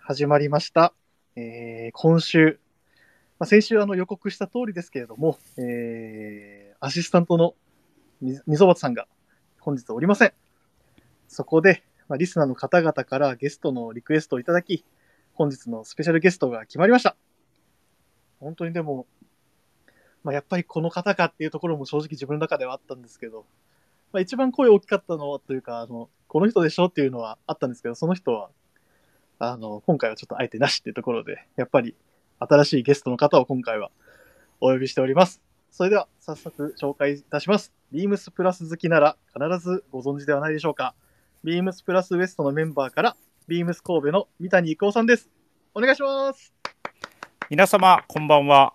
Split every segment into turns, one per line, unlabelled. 始まりました。えー今週、まあ、先週あの予告した通りですけれども、えーアシスタントのみ溝端さんが本日おりません。そこで、まあ、リスナーの方々からゲストのリクエストをいただき、本日のスペシャルゲストが決まりました。本当にでも、まあ、やっぱりこの方かっていうところも正直自分の中ではあったんですけど、まあ、一番声大きかったのというか、あの、この人でしょっていうのはあったんですけど、その人は、あの、今回はちょっとあえてなしっていうところで、やっぱり新しいゲストの方を今回はお呼びしております。それでは早速紹介いたします。ビームスプラス好きなら必ずご存知ではないでしょうか。ビームスプラスウエストのメンバーから、ビームス神戸の三谷幸雄さんです。お願いします。
皆様こんばんは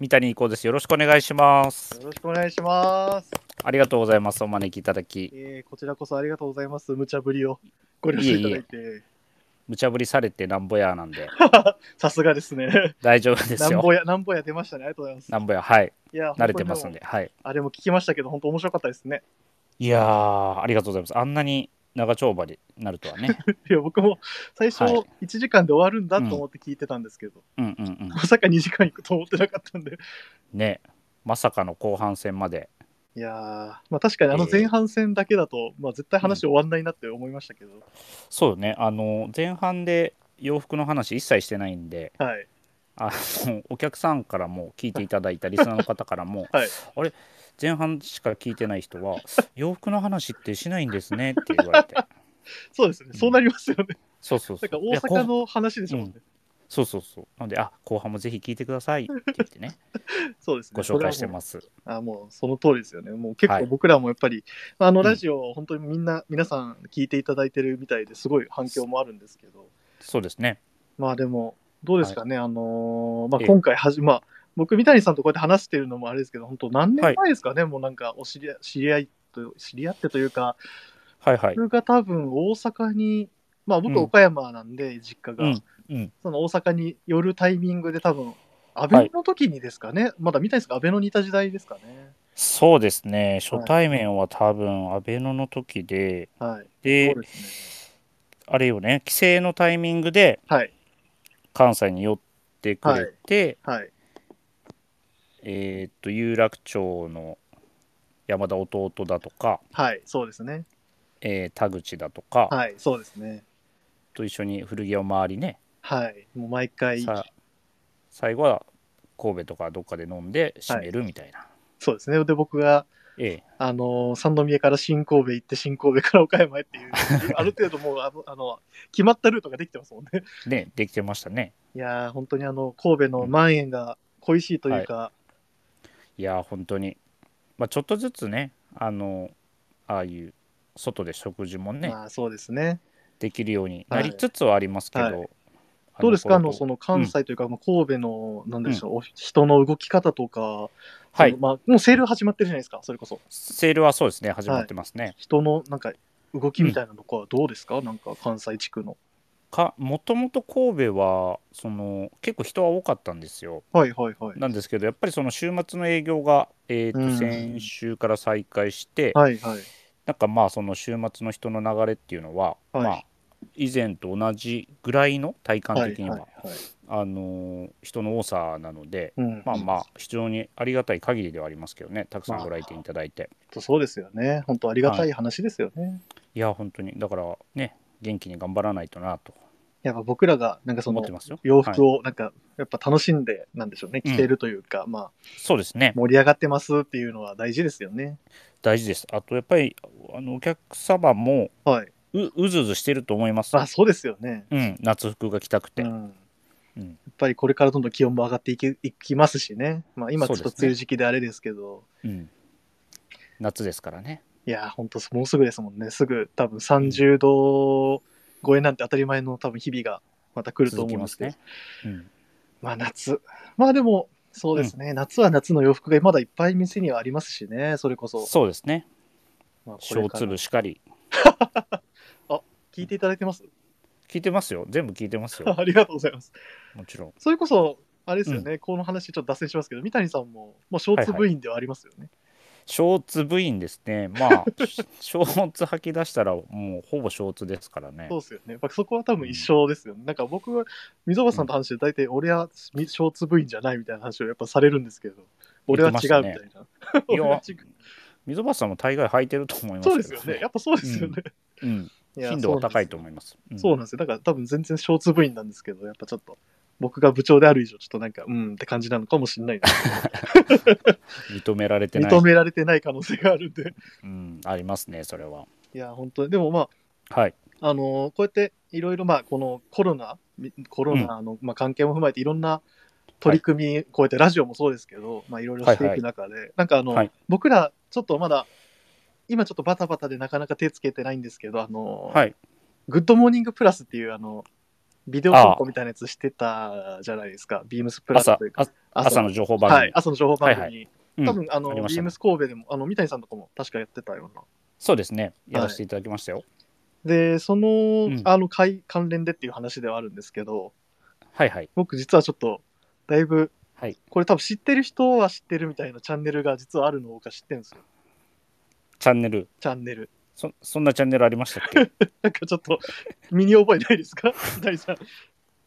三谷幸ですよろしくお願いします
よろしくお願いします。
ありがとうございますお招きいただき
えーこちらこそありがとうございます。無茶ぶりをご了承いただいて。
無茶ぶりされてなんぼやなん で
さすがですね。
大丈夫で
な
す
ん
よ
ぼや、なんぼや出ましたね。ありがとうございます。
なんぼやはい
いや、
慣れてますん
本当に
ではい
も。あれも聞きましたけど、本当面白かったですね。
いやーありがとうございますあんなに長丁場になると はね
いや、僕も最初
はい
1時間で終わるんだと思って聞いてたんですけど、
うんうんうん
まさか2時間行くと思ってなかったんで。
ねまさかの後半戦まで
いやー、まあ確かにあの前半戦だけだと、まあ絶対話終わんないなって思いましたけど、
そうよねあの前半で洋服の話一切してないんで
はい。
あのお客さんからも聞いていただいたリスナーの方からも、
はい
あれ前半しか聞いてない人は洋服の話ってしないんですねって 言われて
そうですね。そうなりますよね。
そうそうそ
なん
う
か
いや
大阪
後
の話でしょうね。
そうそうそうなのであ後半もぜひ聞いてくださいって言 ってね
そうですね。
ご紹介してます
あもうその通りですよね。もう結
は
構
い
僕らもやっぱり、まああの
うん
ラジオ、本当にみんな、皆さん聞いていただいてるみたいですごい反響もあるんですけど、
そうですね
まあでも、どうですかね、あのーまあ、
ええ
今回はじ、まあ、僕、三谷さんとこうやって話してるのもあれですけど、本当、何年前ですかね、もうなんかお知り合い、知り合いと、知り合ってというか、
はいはい
僕が多分大阪に、まあ、
う
僕、
ん
岡山なんで、実家が、
うんうん
その大阪に寄るタイミングで、多分安倍の時にですかね、まだ三谷さんが安倍のにいた時代ですかね。
そうですね初対面は多分アベノの時で
はい、
で
そうですね。
あれよね帰省のタイミングで
はい、
関西に寄ってくれて、
はい、
えーっと有楽町の山田弟だとか、
はい、そうですね。
えー田口だとか、
はい、そうですね。
と一緒に古着屋を回りね、
はい、もう毎回、
さ最後は神戸とかどっかで飲んで締めるみたいな、
そうですね。で、僕が、
ええ
あのー三宮から新神戸行って、新神戸から岡山へって いう、ある程度もうあの、あの、決まったルートができてますもんね。
ねできてましたね
いやー、本当にあの、神戸の蔓延が恋しいというか、
いやー本当にまあちょっとずつねあのああいう外で食事もね、
まあそうですね。
できるようになりつつはありますけど、
はいは
あ
どうですかあの、
頃
その関西というか、まあ神戸の、なんでしょう、お人の動き方とか、
はい
そのまあ、もうセール始まってるじゃないですか、それこそ。
セールはそうですね始まってますね、
人の、なんか、動きみたいなのはどうですか、なんか、関西地区の。
かもともと神戸はその結構人は多かったんですよ
はいはいはい。
なんですけどやっぱりその週末の営業が、えーと
うん
先週から再開して、
はいはい。
なんかまあその週末の人の流れっていうのは、
はい
まあ以前と同じぐらいの体感
はい
的には、
はいはい。
あのー人の多さなので、
うん、
まあまあ非常にありがたい限りではありますけどねたくさんご来店いただいて、
あ。そうですよね。本当ありがたい話ですよね。
いや本当にだからね元気に頑張らないとなと
やっぱ僕らが、なんかそ
思
の
って、ますよ
洋服
はい、
をなんか、やっぱ楽しんで、なんでしょうね、
うん
着てるというか、まあ、
そうですね
盛り上がってますっていうのは大事ですよね。
大事ですあとやっぱりあのお客様も
はい。
ううずうずしてると思います
あ、そうですよね。
うん、夏服が着たくて、
うん。
うん
やっぱりこれからどんどん気温も上がっていきいきますしね。まあ今ちょっと
そうですね
梅雨時期であれですけど、
うん、夏ですからね
いやー、ほんともうすぐですもんね。すぐ多分30度超えなんて当たり前の多分日々がまた来ると思
続き
うん
ま
です
す
けど。
ね、うん、
まあ夏。まあでも、そうですね、夏は夏の洋服がまだいっぱい店にはありますしね、それこそ。
そうですね
まあ、これ
小
から
粒しかり
聞いていただいてます
聞いてますよ全部聞いてますよ
ありがとうございます。
もちろん
それこそ、あれですよね、この話ちょっと脱線しますけど、三谷さんも、もう小
はいは
粒員ではありますよね。
ショーツ部員ですね。まあ、 ショーツ履き出したら、もうほぼショーツですからね。
そうですよね。やっぱそこは多分一緒ですよね。なんか僕は、溝端さんと話で大体俺はみショーツ部員じゃないみたいな話をやっぱされるんですけど、俺は違うみたいな。
いや
俺は違う
溝端さんも大概履いてると思います
そう
け
で
ど
すよね。やっぱそうですよね。
うん。
いや
頻度は高いと思
い
います。
ます。そうなんですよ。だから多分全然ショーツ部員なんですけど、やっぱちょっと。僕が部長である以上、ちょっとなんか、うんって感じなのかもしれないな。
うん認められてない。
認められてない可能性があるんで。
うん、ありますね、それは。
いや、本当に。でもまあ、
はい。
あのーこうやっていろいろまあこのコロナみコロナのまあ関係も踏まえていろんな取り組み、こうやってラジオもそうですけどまあいろいろしていく中で、なんかあの、
はい
僕らちょっとまだ今ちょっとバタバタでなかなか手つけてないんですけどあのー、
はい。
グッドモーニングプラスっていうあのビデオ投稿みたいなやつしてたじゃないですかビームスプラス
朝
という、か
あ朝の情報番組。
はい、朝の情報番組、
はいうん
多分あの
ありまし
ビ
た
ー
ね
ムス神戸でもあの三谷さんとかも確かやってたような
そうですね。やらせていただきましたよ。
でその,、
うん
あの会関連でっていう話ではあるんですけど
はいはい。
僕実はちょっとだいぶ
はい。
これ多分知ってる人は知ってるみたいなチャンネルが実はあるのか知ってるんですよ
チャンネル。
チャンネル
そそんなチャンネルありましたっけ
なんかちょっ と身に覚えないですか大さん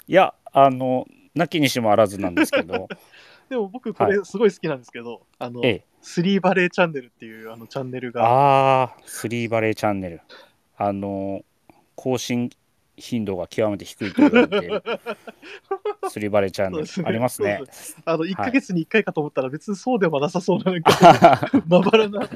いや、あの、なきにしもあらずなんです けど、
でも僕これすごい好きなんですけど、あの
ええ。
スリーバレーチャンネルっていうあのチャンネルが
ああ、スリーバレーチャンネル。あの、更新頻度が極めて低いと言われて いるスリーバレーチャンネ
そうですね
ル。ありますね
そう。あの1
はい
ヶ月に1回かと思ったら別にそうでもなさそうななんかまばらなな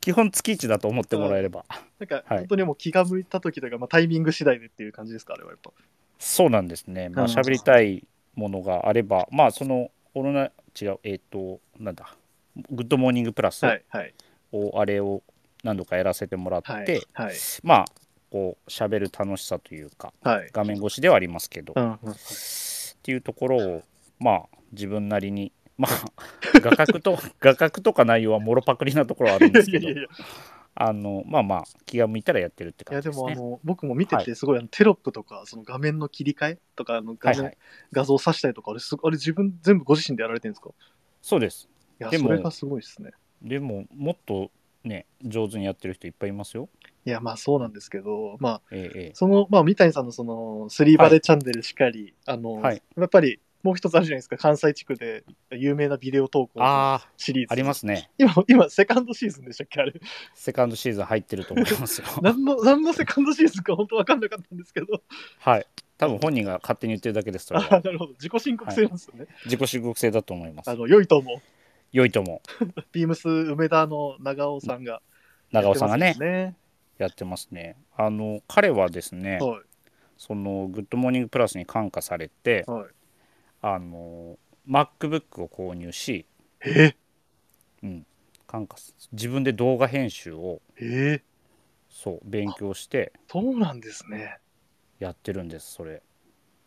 基本月一だと思ってもらえれば。
んか
はい
本当にもう気が向いた時というか、まあ、タイミング次第でっていう感じですかあれはやっぱ
そうなんですね。まあ、
うん
喋りたいものがあれば、まあ、その、オロナ、違う、えっ、と、なんだ、グッドモーニングプラス
はいはい
を、あれを何度かやらせてもらって、
はいはい
まあ、こう、喋る楽しさというか、
はい
画面越しではありますけど、
う
っ
んうん
ていうところを、まあ、自分なりに、まあ、 画角と、画角とか内容はもろパクリなところはあるんです
い
け
やい
ど
やい、や
あの、まあまあ、気が向いたらやってるって
い
感
や
じ
で
です
もあ
ね。
の僕も見ててすごいあのテロップとかその画面の切り替えとかあの画
は
面
いはい。
画像を挿したりとかあれすあれ自分全部ご自身でやられてるんですか
そうです。
いや
でも
それがすごいですね
でももっとね上手にやってる人いっぱいいますよ。
いやまあそうなんですけどまあ
ええええ、
そのまあ三谷さんのそのスリーバレーチャンネルしかり、あの、
はい
やっぱりもう一つあるじゃないですか関西地区で有名なビデオ投稿の
ああ
シリーズ
ありますね。
今今セカンドシーズンでしたっけあれ
セカンドシーズン入ってると思いますよ。
何の何のセカンドシーズンか本当わかんなかったんですけど
はい。多分本人が勝手に言ってるだけですそれ
あ
は
なるほど自己申告制なんですよね、
自己申告制だと思います
あ。の良いと思う
良いとも
ビームス梅田の長尾さんが、
長尾さんが
やっ
ね
てますよね。
やってますね。あの彼はですね、
は
そのグッドモーニングプラスに感化されて
い。、はい。
あの MacBook を購入し、
え
うん、感化す自分で動画編集を
えー、
そう勉強して
そうなんですね。
やってるんですそれ。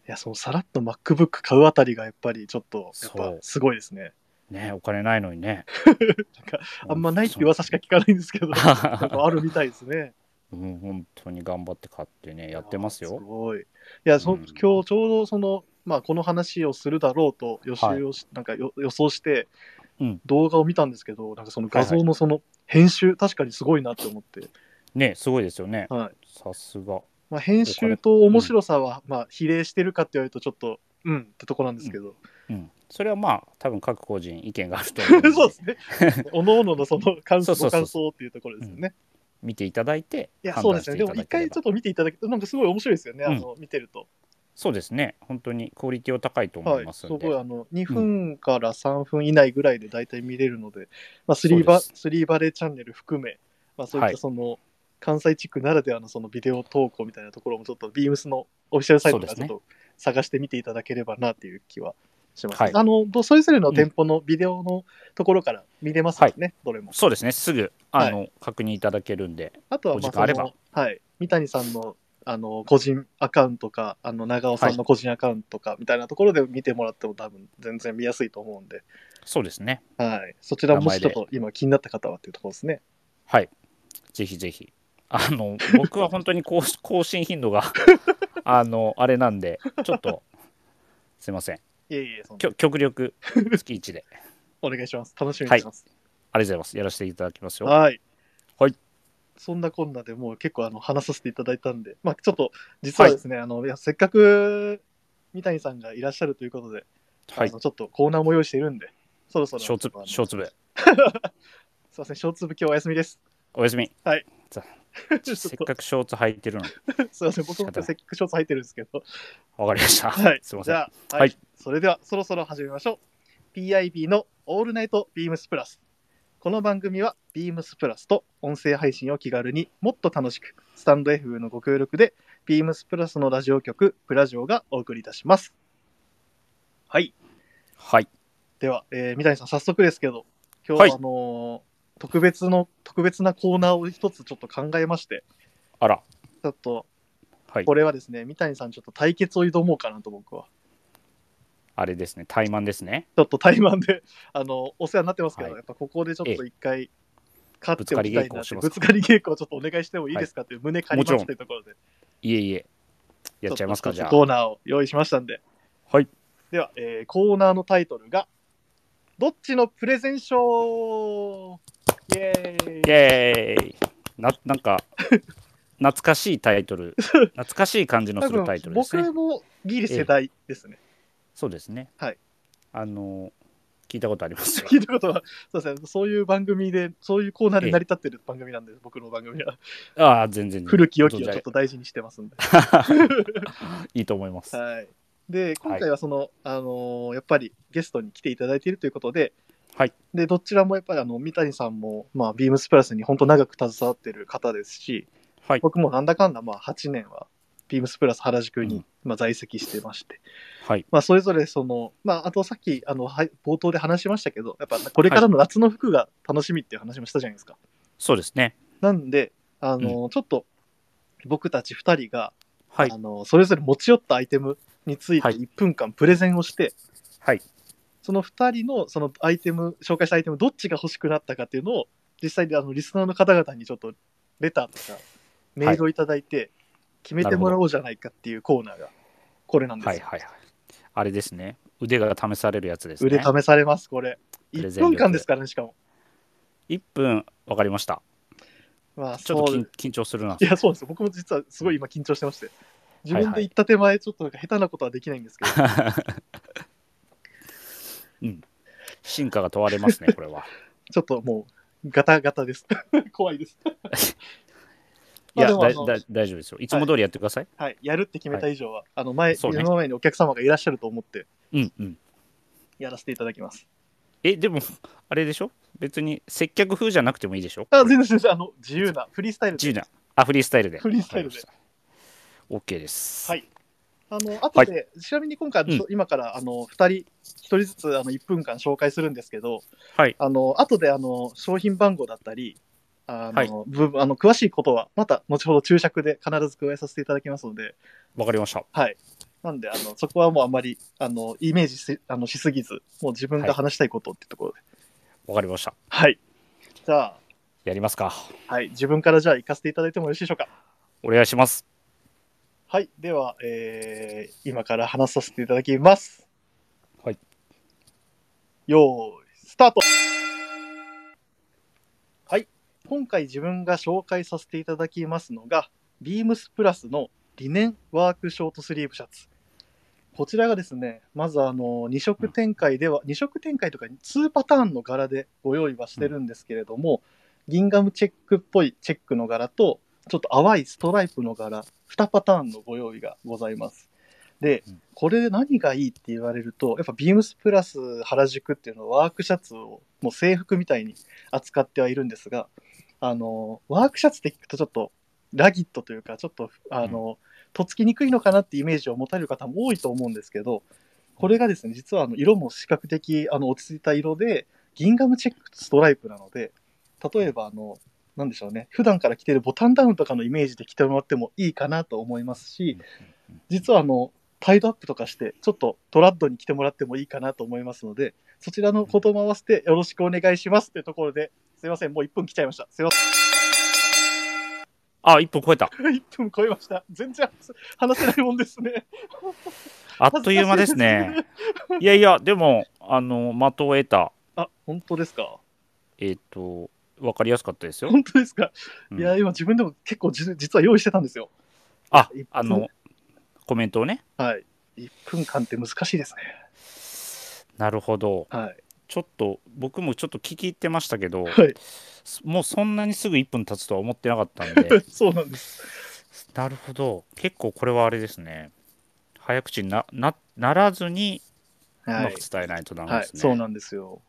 いや、そのさらっと MacBook 買うあたりがやっぱりちょっと、やっ
そ
ぱ
う
すごいですね。
ねお金ないのにね。
なんか、あんまないって噂しか聞かないんですけど、なんかあるみたいですね。
うん、本当に頑張って買ってね、やってます
あー
よ
す。ごい。いや、そ、
うん
今日ちょうどその、まあ、この話をするだろうと予習をし、なんかよ予想して
うん、
動画を見たんですけど、なんかその画像
はい
のその編集、確かにすごいなって思って。
ね、すごいですよね。
はい。
さすが。
まあ、編集と面白さは、まあ、比例してるかって言われるとちょっとうんってとこなんですけど、
うん。それはまあ、多分各個人意見があると思 う
そう
の
で
で、
すねおのおののその感
そ
想ご
うそうそう
感想っていうところですよね、
見ていただいて、
いや
判
そう
断
で
し
すね
て
でも
いただ
一
けれ
回ちょ
ば
っ。と見ていただけるとなんかすごい面白いですよね、
うん
あの見てると
そうですね。本当にクオリティは高いと思
はいい
ます
す
ん
ご
で。
いあの2分から3分以内ぐらいで大体見れるので、まあ、スリーバ
そう
スリーバレーチャンネル含め、まあ、そういっ
は
た
い
その、関西地区ならではのそのビデオ投稿みたいなところもちょっとビームスのオフィシャルサイトから
そう
ちょ
で
っ
すね
と探してみていただければなっていう気はします、
はい
あのどそれぞれの店舗のビデオのところから見れますよね、どれも
そうですね。すぐ、あの、確認いただけるんで。
あとは
お
まあ
時
その
間あれば
はい、三谷さんのあの個人アカウントかあの長尾さんの個人アカウントかみたいなところで見てもらっても多分全然見やすいと思うんで
そうですね。
はい。そちらも
名
し
前
ちょ
で
っと今気になった方はっていうところですね。
はい。ぜひぜひ。あの、 僕は本当に更新更新頻度が、 あの、あれなんで、ちょっと、すいません。
いえいえ、そんな
きょ極力、月一で。
お願いします。楽しみにします。
ありがとうございます。やらせていただきますよ。
はい。
はい。
そんなこんなでもう結構あの話させていただいたんで、まあちょっと実はですね、あのいやせっかく三谷さんがいらっしゃるということで、
はい
あ。のちょっとコーナーも用意しているんで、そろそろ
小粒
あの、
小粒。
すいません、小粒今日お休みです。
おや すみ。
はい
ざ。
ちょっ
せっ
と
かくショーツ履いてるのに。
すいません、僕も今日せっかくショーツ入ってるんですけど、
わかりまし た。
はい、
すいま
じ
せん。
ゃあ、はい
はい
それではそろそろ始めましょう。PIB のオールナイトビームスプラス。この番組はビームスプラスと音声配信を気軽にもっと楽しく、スタンド F のご協力で、ビームスプラスのラジオ局、プラジオがお送りいたします。はい。
はい。
では、えー三谷さん、早速ですけど、今日は
はい
あのー特別の、特別なコーナーを一つちょっと考えまして、
あら。
ちょっと、
はい
こ。れはですね、三谷さんちょっと対決を挑もうかなと僕は。
あれですね。怠慢ですね。
ちょっと怠慢で、 あの、お世話になってますけど、
はい
やっぱここでちょっと一回、勝っておきたいなって、ぶ
ぶ
つ
つ
かり稽古をちょっとお願いしてもいいですかっていう胸借りま
も
す
ちろん
というところで、
いえいえ。やっちゃいますか、
ち
じ
ょ
ゃ
っと
あ。
コーナーを用意しましたんで。
はい。
では、えーコーナーのタイトルが、どっちのプレゼンショーイエーイ
イエーイ。な、なんか、懐かしいタイ トル。懐かしい感じの
多
する
分
タイトルですね
僕。もギリ世代ですね。
そうですね。
はい。
あの、聞いたことありますよ。
聞いたことは、そうですね、そういう番組で、そういうコーナーで成り立ってる番組なんで、僕の番組は。
ああ、全然。
古き良きを
存
ちょ
じ
っと大事にしてますんで。
上げいいと思います。
はい。で、今回はその、あのーやっぱりゲストに来ていただいているということで、
はい。
で、どちらもやっぱりあの、三谷さんも、まあ、ビームスプラスに本当長く携わってる方ですし、
はい。
僕もなんだかんだ、まあ、8年は、ビームスプラス原宿に、
うん
まあ、在籍してまして、
はい。
まあ、それぞれその、まあ、あとさっき、あの、はい、冒頭で話しましたけど、やっぱこれからの夏の服が楽しみっていう話もしたじゃないですか。
そうですね。
なんで、あのーちょっと、僕たち2人が、
はい
あ。のそれぞれ持ち寄ったアイテムについて
はい
1分間プレゼンをして、
はい。
その2人のそのアイテム紹介したアイテムどっちが欲しくなったかっていうのを実際にあのリスナーの方々にちょっとレターとかメールをいただいて決めてもらおうじゃないかっていうコーナーがこれなんですよ、
はいはいはい。あれですね。腕が試されるやつですね。
腕試されますこれ
プ
1
レゼン力
分間ですからねしかも
1分わかりました。
まあ
ちょっ
そ
と
う
緊緊張するな。
いやそうなんですよ僕も実はすごい今緊張してまして自分
はいは
で
い
言った手前ちょっとなんか下手なことはできないんですけど、
うん。進化が問われますね、こ れは。
ちょっともうガタガタです 怖い です
いや、
でもあ
だ
の
だ大丈夫ですよ。いつも通りやってください。
はい、やるって決めた以上は、あの前、
そうね
目の前にお客様がいらっしゃると思って
うんうん。
やらせていただきます。
え、でも、 あれでしょ別に接客風じゃなくてもいいでしょ
あ、全然全然、あの、自由な、フリースタイル
自
で。
由な。あ、フリースタイルで。
フリースタイルで
わかりました。OK です。
はいあの、後で、ちなみに今回、
うん
今から、あの、二人、一人ずつ、あの、1分間紹介するんですけど、
はい。
あの、後で、あの、商品番号だったり、あの、
はい
部あの詳しいことは、また、後ほど注釈で必ず加えさせていただきますので、
わかりました。
はい。なんで、あの、そこはもうあんまり、あの、イメージしあのしすぎず、もう自分が話したいことってところで。
わかりました。
はい。じゃあ、
やりますか。
はい、自分からじゃあ行かせていただいてもよろしいでしょうか。
お願いします。
はい、では、えー、今から話させていただきます。
はい。
よーい、スタートはい、今回自分が紹介させていただきますのが、ビームスプラスのリネンワークショートスリーブシャツ。こちらがですね、まずあの、2色展開では、2色展開とか2パターンの柄でご用意はしてるんですけれども、ギンガムチェックっぽいチェックの柄と、ちょっと淡いストライプの柄、2パターンのご用意がございます。で
うん、
これで何がいいって言われると、やっぱビームスプラス原宿っていうのはワークシャツをもう制服みたいに扱ってはいるんですが、あの、ワークシャツって聞くとちょっとラギットというか、ちょっと、あの、とっつきにくいのかなってイメージを持たれる方も多いと思うんですけど、これがですね、実はあの色も比較的あの落ち着いた色で、ギンガムチェックとストライプなので、例えばあの、なんでしょうね、普段から着てるボタンダウンとかのイメージで着てもらってもいいかなと思いますし、実はあの、タイドアップとかして、ちょっとトラッドに着てもらってもいいかなと思いますので、そちらのことも合わせてよろしくお願いしますというところで、すいません、もう1分来ちゃいました。すいませ
あ、1分超えた。
ん、1分 超えました。全然話せないもんですね。
あっという間です ね。いやいや、でも、あの、的を得た、
あ、本当ですか。
えっ、と、わかりやすかったですよ。
本当ですか、
うん
いや、今自分でも結構じ実は用意してたんですよ。
あ
一分、
あの、コメントをね。
はい。1分間って難しいですね。
なるほど。
はい。
ちょっと、僕もちょっと聞き入ってましたけど、
はい。、
もうそんなにすぐ1分経つとは思ってなかったんで
そうなんです。
なるほど。結構これはあれですね。早口にななならずにう
は
ま
い
く。伝えないとダメ
は
で
い
す、ね。
そうなんですよ。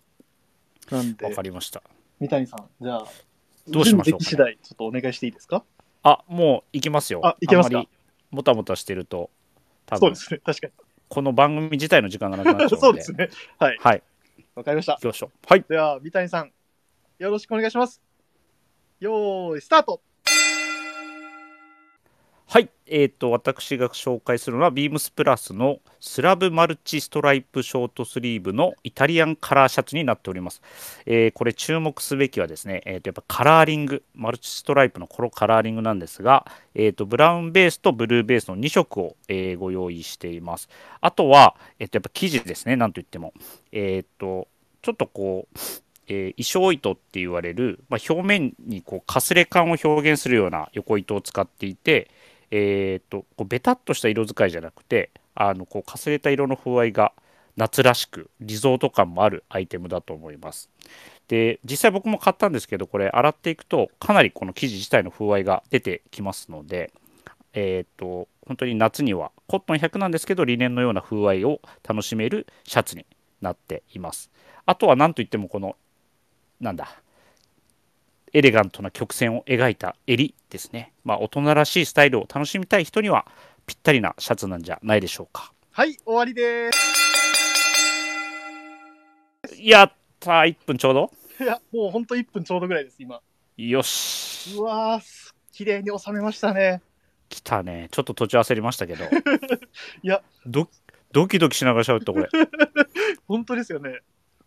なん
わ
で
か、りました。
三谷さん、じゃあ、
どうしましょ
準備で
うかね
き次第、ちょっとお願いしていいですか
あ、もう行きますよ。
あ行けますか
あんまりもたもたしてると、
そ
多
う
分
ですね。確か
この番組自体の時間がなくなっちゃ
に。
う
そう
ので。
ですね。はい。
はい、
わかりました
行。きましょう。はい。
では、三谷さん、よろしくお願いします。よーい、スタート
はい。えっ、と、私が紹介するのは、ビームスプラスのスラブマルチストライプショートスリーブのイタリアンカラーシャツになっております。えーこれ注目すべきはですね、えーと、やっぱカラーリング、マルチストライプのこのカラーリングなんですが、えーと、ブラウンベースとブルーベースの2色を、えーご用意しています。あとは、えーと、やっぱ生地ですね、なんといっても。えっ、と、ちょっとこう、えー衣装糸って言われる、まあ、表面にこうかすれ感を表現するような横糸を使っていて、えー、とこうベタっとした色使いじゃなくてあのこうかすれた色の風合いが夏らしくリゾート感もあるアイテムだと思います。で実際僕も買ったんですけどこれ洗っていくとかなりこの生地自体の風合いが出てきますので、えー、と本当に夏にはコットン100なんですけどリネンのような風合いを楽しめるシャツになっています。あとは何といってもこのなんだエレガントな曲線を描いた襟ですね、まあ、大人らしいスタイルを楽しみたい人にはぴったりなシャツなんじゃないでしょうか
はい、終わりです。
やったー1分ちょうど
いや、もうほんと1分ちょうどぐらいです、今。
よし
うわー、す綺麗に収めましたね。
来たねちょっと途中焦りまし たけど
いや
ドドキドキしながら喋ったこれ、
本当ですよね。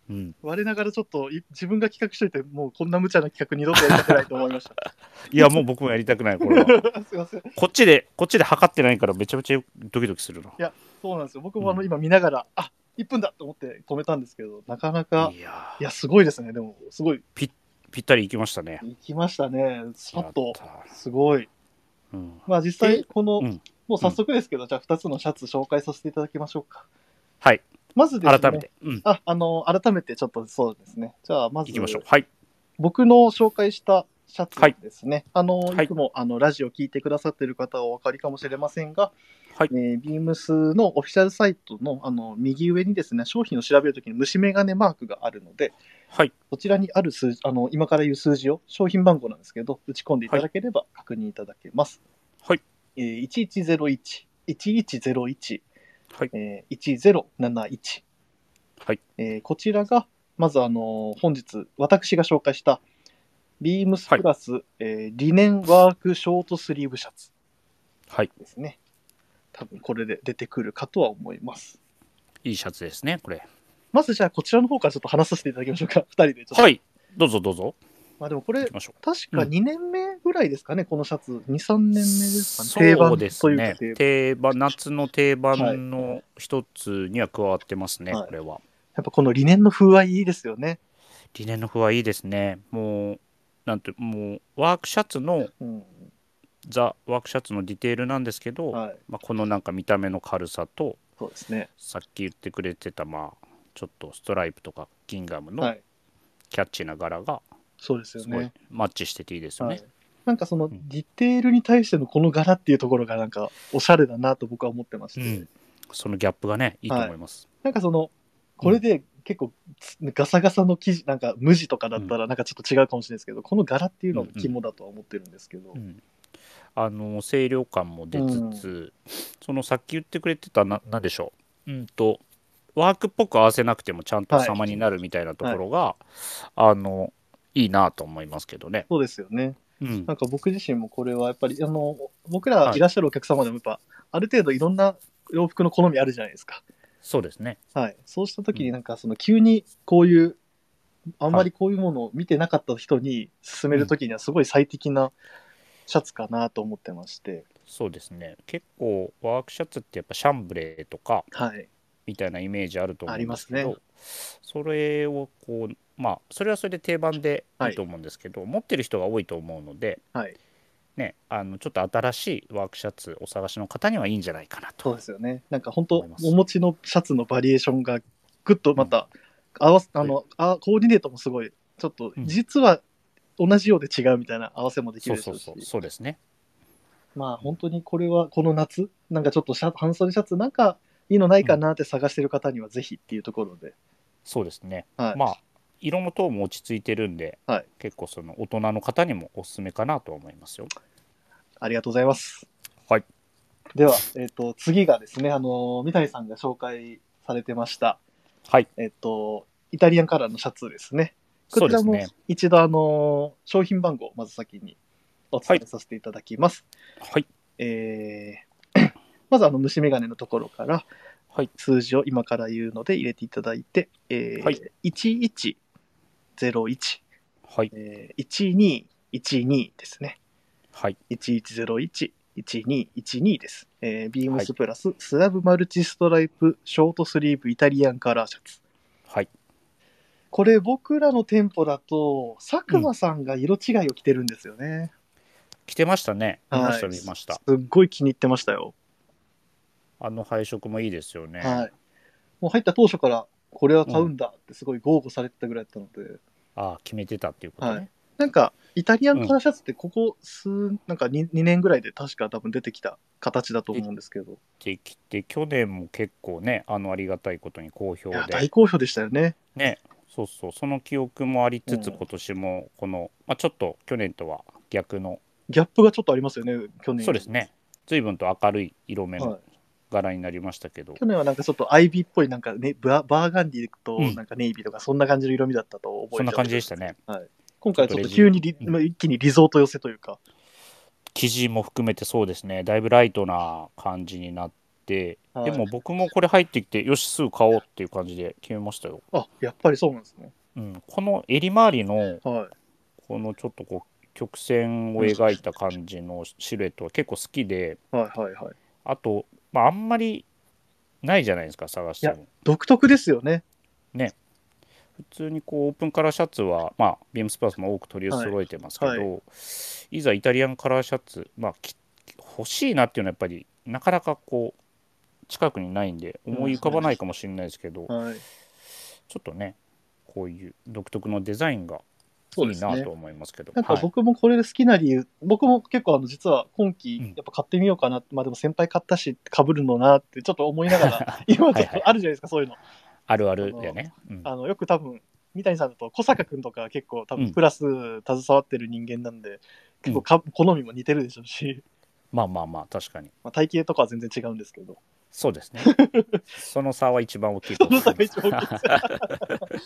うん、
我ながらちょっとい自分が企画しといて、もうこんな無茶な企画二度とやりたくないと思いました。
いやもう僕もやりたくないこれは
すいません。
こっちでこっちで測ってないからめちゃめちゃドキドキするな
そうなんですよ。僕もあの、
うん
今見ながら、あ1分だと思って止めたんですけど、なかなか、
いや
いや、すごいですね。でも、すごい、
ーぴったりいきましたね
行きましたね。スパッと
や。った
すごい。
うん
まあ実際、
え
この、
うん
もう早速ですけど、じゃあ2つのシャツ紹介させていただきましょうか。
はい
まずですね、
改め。て、うん、
あ、あの、改めてちょっとそうですね。じゃあまず
いきましょうはい
僕の紹介したシャツですね。あの、
はい
いつもあのラジオ聞いてくださってる方はお分かりかもしれませんが、
はい
えービームスのオフィシャルサイトのあの右上にですね、商品を調べるときに虫眼鏡マークがあるので、
はい
そちらにある数字、あの、今から言う数字を、商品番号なんですけど、打ち込んでいただければ確認いただけます。
はい。
えー、1101、1101、
はい
えー、1071。
はい。
えーこちらが、まずあのー本日、私が紹介した、ビームスプラス、えーリネンワークショートスリーブシャツ
はい
ですね。多分これで出てくるかとは思います。
いいシャツですねこれ
まずじゃあこちらの方からちょっと話させていただきましょうか。二人でちょっと。
はいどうぞどうぞ
まあでもこれ
行き、ましょう
確か
うん
2年目ぐらいですかね、このシャツ。2、3年目ですかね。
そうです
定
ね
番というか定番
定番夏の定番の一つには加わってますね、
はい
これは
やっぱこの理念の風合いいいですよね。
リネンの風はいいですねもうなんてもうワークシャツの
うん。
ザ・ワークシャツのディテールなんですけど、
はい。
まあ、このなんか見た目の軽さと
そうですね。
さっき言ってくれてたまあちょっとストライプとかギンガム
は
の
い。
キャッチーな柄が
そうですよ
すごい
ね。
マッチしてていいですよ
は
ね
い。なんかその
ん
ディテールに対してのこの柄っていうところがなんかおしゃれだなと僕は思ってまして、
うんそのギャップがねいいと思います、
なんかそのこれで結構つガサガサの生地なんか無地とかだったらなんかちょっと違うかもしれないですけど、この柄っていうのも肝だとは思ってるんですけど、
うんあの清涼感も出つつ、そのさっき言ってくれてたななんでしょう、うん、とワークっぽく合わせなくてもちゃんと
はい
様になるみたいなところが、あのいいなと思いますけどね。
そうですよね。
うん
なんか僕自身もこれはやっぱりあの僕ら
はい
いらっしゃるお客様でもやっぱ、ある程度いろんな洋服の好みあるじゃないですか。
そうですね。
はい、そうした時になんかその急にこういうあんまりこういうものを見てなかった人に勧める時にはすごい最適なシャツかなと思ってまして、
そうですね。結構ワークシャツってやっぱシャンブレーとか
はい、
みたいなイメージあると思うんですけど、
あり
それをこうまあそれはそれで定番で
はい
いいと思うんですけど、持ってる人が多いと思うので、
はい
ね、あのちょっと新しいワークシャツお探しの方にはいいんじゃないかな
そう
と。
ですよね。なんか本当
思います
お持ちのシャツのバリエーションがぐっとまた合わせ、あの、あコーディネートもすごい、ちょっと
うん
実は同じようで違うみたいな合わせもでき
そ
る
う
でし
そ
ょ
う
うし
そう、そうですね。
まあ本当にこれはこの夏、なんかちょっとシャ半袖シャツなんかいいのないかなって探してる方にはぜひっていうところで、
そうですね。
はい。
まあ色の等も落ち着いてるんで、
はい
結構その大人の方にもおすすめかなと思いますよ。
ありがとうございます。
はい。
では、えっ、と、次がですね、あの、三谷さんが紹介されてました、
はい、
えっ、と、イタリアンカラーのシャツですね。
そ
こ
う
ち
で
ら
す
も
ね。
一度、あの、商品番号をまず先にお伝えさせていただきます。
はい
えー まず、あの、虫眼鏡のところから、
はい
数字を今から言うので入れていただいて、えー
はい
1101、
はい
えー、1212ですね。
はい
1101-1212です。えー、ビーム
は
ス
い
プラス、スラブマルチストライプショートスリーブイタリアンカラーシャツ。
はい。
これ僕らの店舗だと、佐久間さんが色違いを着てるんですよね。
着てましたね。見ました
はい
見ました。
すっごい気に入ってましたよ。
あの配色もいいですよね。
はい。もう入った当初から、これは買うんだってすごい豪語されてたぐらいだったので、
ああ決めてたっていうことね。
はなんか、イタリアンカラーシャツってここ数、なんか 2, 2年ぐらいで確か多分出てきた形だと思うんですけど、
できて去年も結構ねあのありがたいことに好評
いや、
で
大好評でしたよね。
ねそうそうその記憶もありつつ、
うん
今年もこの、まあ、ちょっと去年とは逆の、
ギャップがちょっとありますよね、去年より
そうですね随分と明るい色目
は
の柄になりましたけど、
去年はなんかちょっとアイビーっぽいなんか、ね、ババーガンディと
うん
なんかネイビーとかそんな感じの色味だったと覚えて。
そんな感じでしたたね
今回はちょっと急にリ
ちょっとレジ
まあ一気にリゾート寄せというか、
生地も含めてそうですねだいぶライトな感じになって、
はい
でも僕もこれ入ってきてよしすぐ買おうっていう感じで決めましたよ、
あやっぱりそうなんですね。
うん、この襟周りの
は
このちょっとこう曲線を描いた感じのシルエットは結構好きで、
い、はい、はい、はい。
あと、まあ、あんまりないじゃないですか、探して
い
も。
独特ですよね。
普通にこうオープンカラーシャツは、まあ、ビームスプラスも多く取り揃えてますけど、
はいい
ざイタリアンカラーシャツ、まあ、き欲しいなっていうのはやっぱりなかなかこう近くにないんで思い浮かばないかもしれないですけど、
はい。
ちょっとねこういう独特のデザインがい
そうで
い
す
な
ね
と。思いますけど。
なんか
はい
僕もこれ好きな理由、僕も結構あの実は今
うん
期やっぱ買ってみようかなって、まあでも先輩買ったし被るのなってちょっと思い ながら、今ちょっとあるじゃないですか、そういうの。
あるあるだよね。うん
あのよく多分三谷さんだと小坂君とか結構多
うん
分クラス携わってる人間なんで、結構か好みも似てるでしょうし、
まあまあまあ確かに
まあ、体型とかは全然違うんですけ ど
そうですね。その差は一番大きいと
そ
思
の
います
差が一番大きい です。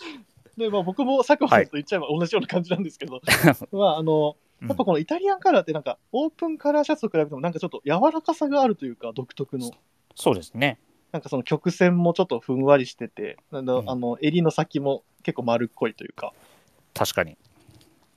でまあ、僕も佐久間さんと言っちゃえば同じような感じなんですけど、 まああの
うん
やっぱこのイタリアンカラーってなんかオープンカラーシャツと比べてもなんかちょっと柔らかさがあるというか独特の
そうですね。
なんかその曲線もちょっとふんわりしててあの、
うん
あの襟の先も結構丸っこいというか
確かに。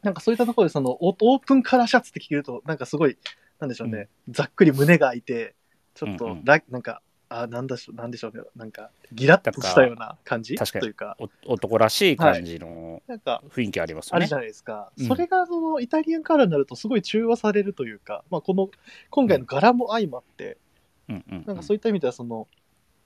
なんかそういったところでそのオオープンカラーシャツって聞けるとなんかすごいなんでしょうね、ざっくり胸が開いてちょっ
うん
と
うん
ラ、なんかあなんだしょなんでしょうねなんかギラッとしたような感じ
確かに
というか
お男らしい感じの
なんか
雰囲気ありますよ
あ
ね。
るじゃないですか、
うん
それがそのイタリアンカラーになるとすごい中和されるというか、まあ、この今回の柄も相まって、
うんうんうん
なんかそういった意味ではその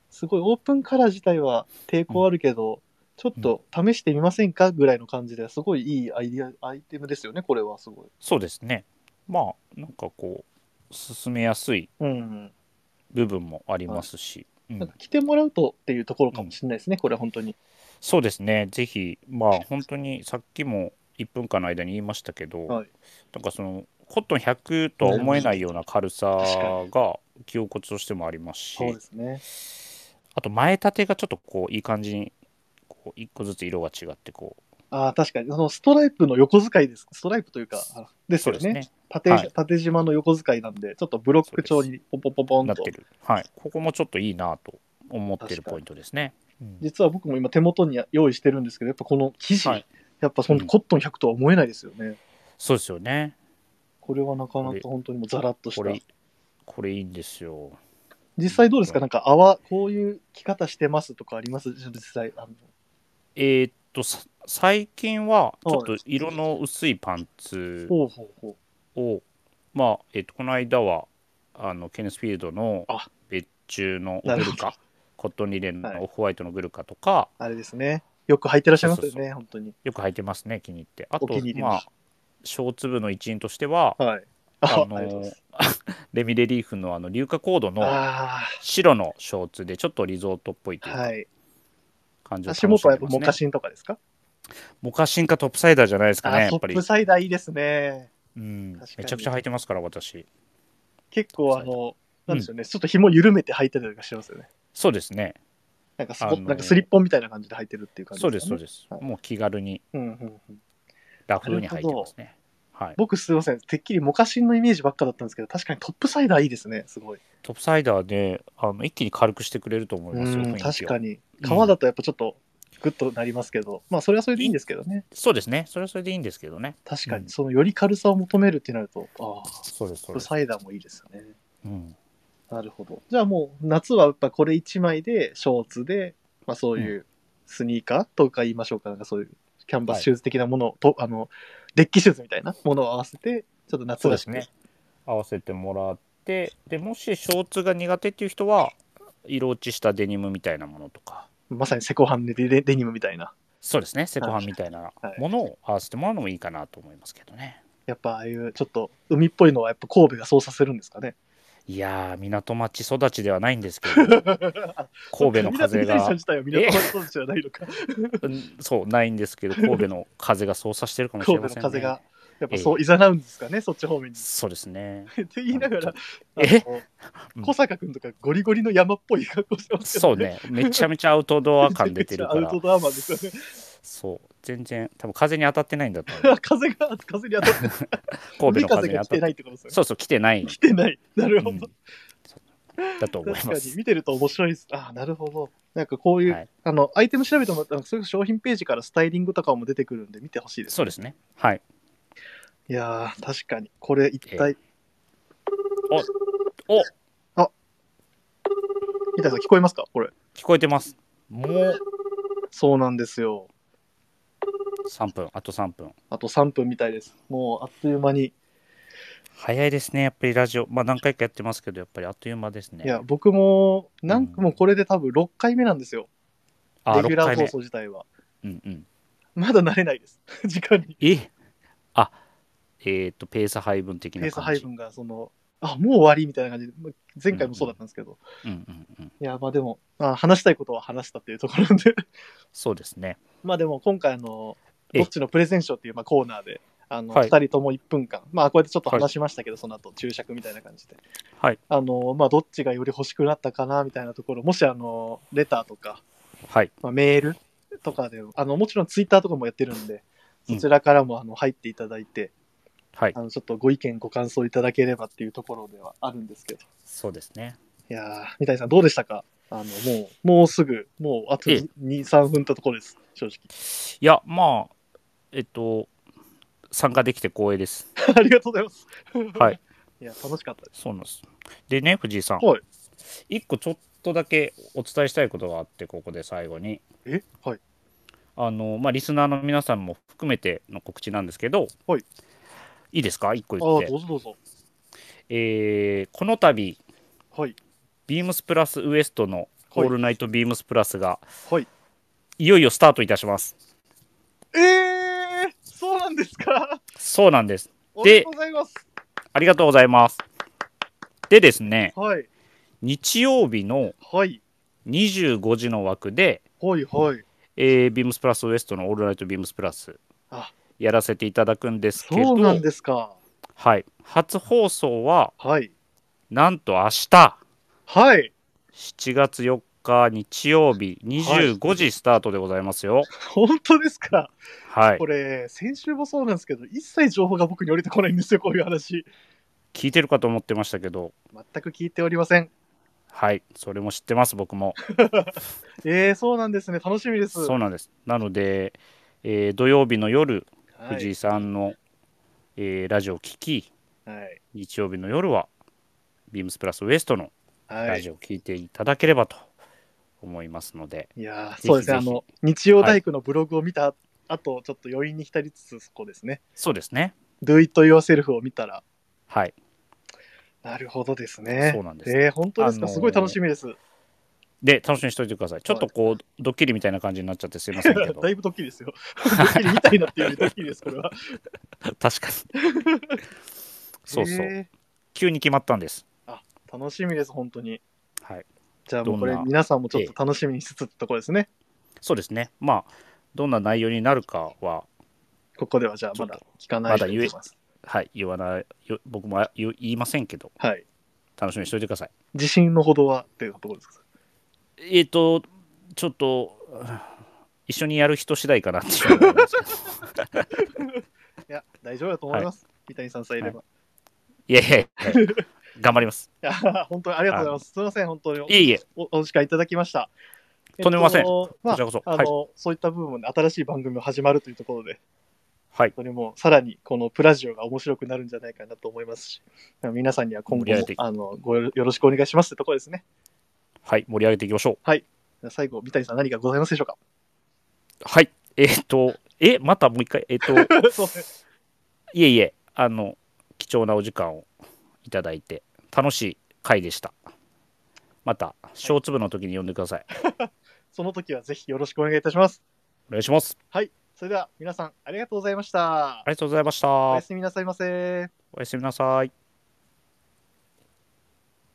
すごいオープンカラー自体は抵抗あるけど、ちょっと試してみませんかぐらいの感じですごいいいアイディアアイテムですよねこれはすごい。
そうですね。まあなんかこう進めやすい
うん
部分もありますし、う
なん
ん
か、来てもらうとっていうところかもしれないですね、これは本当に。
そうですね。ぜひまあ本当にさっきも1分間の間に言いましたけど、
はい
なんかそのコットン100とは思えないような軽さ
確
が着心地としてもありますし、
そうですね。
あと前立てがちょっとこういい感じにこう1個ずつ色が違ってこう
ああ、確かに、そのストライプの横使いです。ストライプというか、あです
そう
よ
で
ね
すね
縦。
はい
縦縞の横使いなんで、ちょっとブロック調にポンポンポンポン
なっ
と
て。る。はい。ここもちょっといいなと思ってる
確かに
ポイントですね。うん
実は僕も今手元に用意してるんですけど、やっぱこの生地、
はい
やっぱそのコットン100とは思えないですよね。
そうですよね。
これはなかな
これ
か本当にもうザラッとし
こ
た。
れ、これいいんですよ。
実際どうですかなんか泡、こういう着方してますとかあります実際。あの
えーっとさ最近はち
はい
ょっと色の薄いパンツ
ほうほうほう。
をまあえっとこの間はあのケネスフィールドの
あ
別注のグ
なるほ
ル
ど
カコットンリレン
はい
のオフホワイトのグルカとか、
あれですね。よく履いてらっしゃいますよね、
そうそう
本当に。
よく履いてますね気に入ってあ
お気に入り
と
です
まあ小粒の一員としては、
はい。あ
あ
ありがとうご
の
ざいます。
レミレリーフのあの硫化コードの
あ
白のショーツでちょっとリゾートっぽいと
あ、
いうか
はい。
感じを楽し
足
んでます
元は
ね
やっぱモカシンとかですか
モカシンかトップサイダーじゃないですかね
あ
や
ト
っぱ
ッ
り
プ、サイダーいいですね。
うん、
確かに
めちゃくちゃ履いてますから私
結構あの、
ト
な
ップサイダー
んでしょうね、ちょっと紐緩めて履いてたりとかしてますよね。
そうですね
なんかスポ、
あのー
なんかスリッポンみたいな感じで履いてるっていう感じ
そうです
か
そう
ね
です、
はい
もう気軽に
うんうんうん。
ラフに履いてますねはい
僕すいません、てっきりモカシンのイメージばっかだったんですけど、確かにトップサイダーいいですね、すごい。
トップサイダーであの一気に軽くしてくれると思いますよ、
うん
雰囲気
確
を
かに。革だとやっぱちょっとグッとなりますけど、まあそれはそれでいいんですけどね。
そうですねそれはそれでいいんですけどね
確か
うん
に、そのより軽さを求めるってなると、ああ、
そうですそ
トッ
う
プ
です、
サイダーもいいですよね。
うん、
なるほど。じゃあもう夏はやっぱこれ1枚でショーツで、まあそういううスニーカーとか言いましょうか、なんかそういうキャンバスシューズ的なものをと、あの、デッキシューズみたいなものを合わせて、ちょっと夏
そう
らし
です
く。
ね合わせてもらってでもしショーツが苦手っていう人は色落ちしたデニムみたいなものとか
まさにセコハンでデデニムみたいな。
そうですねセコハンみたいなものを合わせてもらうのもいいかなと思いますけどね
やっぱああいうちょっと海っぽいのはやっぱ神戸がそうさせるんです かね。
いやー港町育ちではないんですけ ど神戸の風
ミラミラ
が
自体は港町そうじゃないの か。
うんそうないんです けど神戸の風がそうさしてるかもしれ
神
ま
戸
せん
の
ね
風が、やっぱそういざなうんですかね、そっち方面に。
そうですね
って言いながら、
え
あの
うん
小坂君とかゴリゴリの山っぽい格好してますけど
そうねめちゃめちゃアウトドア感出てるか
めちゃめちゃ
ら
アウトドアマンですよね。
そう全然多分風に当たってないんだと思う
風が、風に当たって、
神戸
風
の風に
が来
当たって
ない
て
ってことですよね。
そうそう来 てない、
来てない。なるほ
うん
ど。
そうだと思い
確
ま
か
す
に、見てると面白いです。ああ、なるほど。なんかこういう、
はい
あの、アイテム調べてもらったら、それこそ商品ページからスタイリングとかも出てくるんで、見てほしいです。
そうですねはい
いやー、確かに。これ一体、
お
みたいな聞こえますかこれ。
聞こえてますもう
そうなんですよ。
3分あと3分
あと3分みたいです。もう、あっという間に。
早いですねやっぱりラジオまあ何回かやってますけどやっぱりあっという間ですね
いや、僕も、なん
うん
もうこれで多分6回目なんですよ。
あ
レギュラー
6回
放
目
送自体は。
うんうん
まだ慣れないです。 時間に。
えあえっ、とペース配分的な
ペ
感
ー
じ
ス配分が、その、あ、もう終わりみたいな感じで、ま前回もそうだったんですけど。
うんうんうん
いや、まあでも、まあ、話したいことは話したっていうところで、
そうですね
まあでも今回あの、
ええ
どっちのプレゼンショーっていうまあコーナーで、あの、
は
二
い
人とも1分間、まあこうやってちょっと話しましたけど、その後注釈みたいな感じで、
はい
あの、まあどっちがより欲しくなったかなみたいなところ、もしあの、レターとか、
はい
まあ、メールとかで、あの、もちろんツイッターとかもやってるんで、
うん
そちらからもあの入っていただいて、
はい
あの、ちょっとご意見、ご感想いただければっていうところではあるんですけど。
そうですね
いやー、三谷さん、どうでしたかあの、もう、もうすぐ、もう、あと
ええ
2、3分ったところです、正直。
いやまあえっと参加できて光栄です
ありがとうございます。
はい。
いや、楽しかったです。
そうなんですでね藤井さん
はい。
一個ちょっとだけお伝えしたいことがあってここで最後に
えはい。
あの、まあ、リスナーの皆さんも含めての告知なんですけど、
はい、
いいですか一個
あ
言っ
ー
て
どうぞどうぞ。
えーこの度
はい。
ビームスプラスウエストの「オ
はい
ールナイトビームスプラス」が
はい。
いよいよスタートいたします
えー、そうなんですか
そうなんです
おめでとうございます。
ありがとうございますでですね
はい。
日曜日の
はい。
25時の枠で、
はい、はい。
えー、ビームスプラスウエストの「オールナイトビームスプラス
あ」
やらせていただくんですけど
そうなんですか。
はい、初放送は
はい。
なんと明日
はい。
7月4日日曜日25時スタートでございますよ。
本当ですか。
はい
こ。れ、先週もそうなんですけど、一切情報が僕に降りてこないんですよ、こういう話。
聞いてるかと思ってましたけど、
全く聞いておりません。
はい。それも知ってます、僕も。
えー、そうなんですね。楽しみです。
そうなんです。なので、えー土曜日の夜、
はい
藤井さんの、えーラジオを聞き、
はい。
日曜日の夜は、ビームスプラスウエストの
は
ラ
い
ジ。オを聞いていただければと思いますので、
いやー
ひ
そうですね、
ぜひ
あの、日曜大工のブログを見た後、ちょっと余韻に浸りつつ、そこですね。
そうですね。
Do it yourself を見たら、
はい。
なるほどですね。
そうなんです
えー本当ですか、
あのー
すごい楽しみです。
で、楽しみにしておいてください。ちょっとこう、ドッキリみたいな感じになっちゃってすいませんけど
だ、いぶドッキリですよ。ドッキリみたいなっていうよりドッキリです、これは。
確かに。 そうそう。
え
急に決まったんです。
ー楽しみです、本当に。
はい。
じゃあもうこれ
どんな
皆さんもちょっと楽しみにしつつってとこですね。
そうですね。まあ、どんな内容になるかは、
ここではじゃあまだ
ち
聞かないと思います。
はい、言わない、よ僕も言言いませんけど、
はい。
楽しみにしておいてください。
自信のほどはっていうところですか。
えっ、と、ちょっと、一緒にやる人次第かなっていうのがあるん ですけど
いや、大丈夫だと思います。三谷さんさえいれば。
いやいやいや、頑張り ます。
いや、本当にありがとうございます。すみません、本当に
いえいえ、
おお時間いただきました。
とんでもません
えっとま
こ
あ
ちらこそ。
あ
はい。
の、そういった部分で新しい番組が始まるというところで、
はい。
それもさらにこのプラジオが面白くなるんじゃないかなと思いますし、皆さんには今後
盛り上
も
げてい
あのごよよろしくお願いしますってところですね。
はい。盛り上げていきましょう。
じゃあ最後、三谷さん何かございますでしょうか。
はい。えっ、と、え、またもう一回、え っ、と、
そうですね
いえいえ、あの、貴重なお時間をいただいて、楽しい回でした。また、小粒の時に呼んでください。
その時はぜひよろしくお願いいたします。
お願いします。
はい。それでは皆さんありがとうございました
あ。りがとうございまし
お
た
や。すみなさいませ。
おやすみなさい。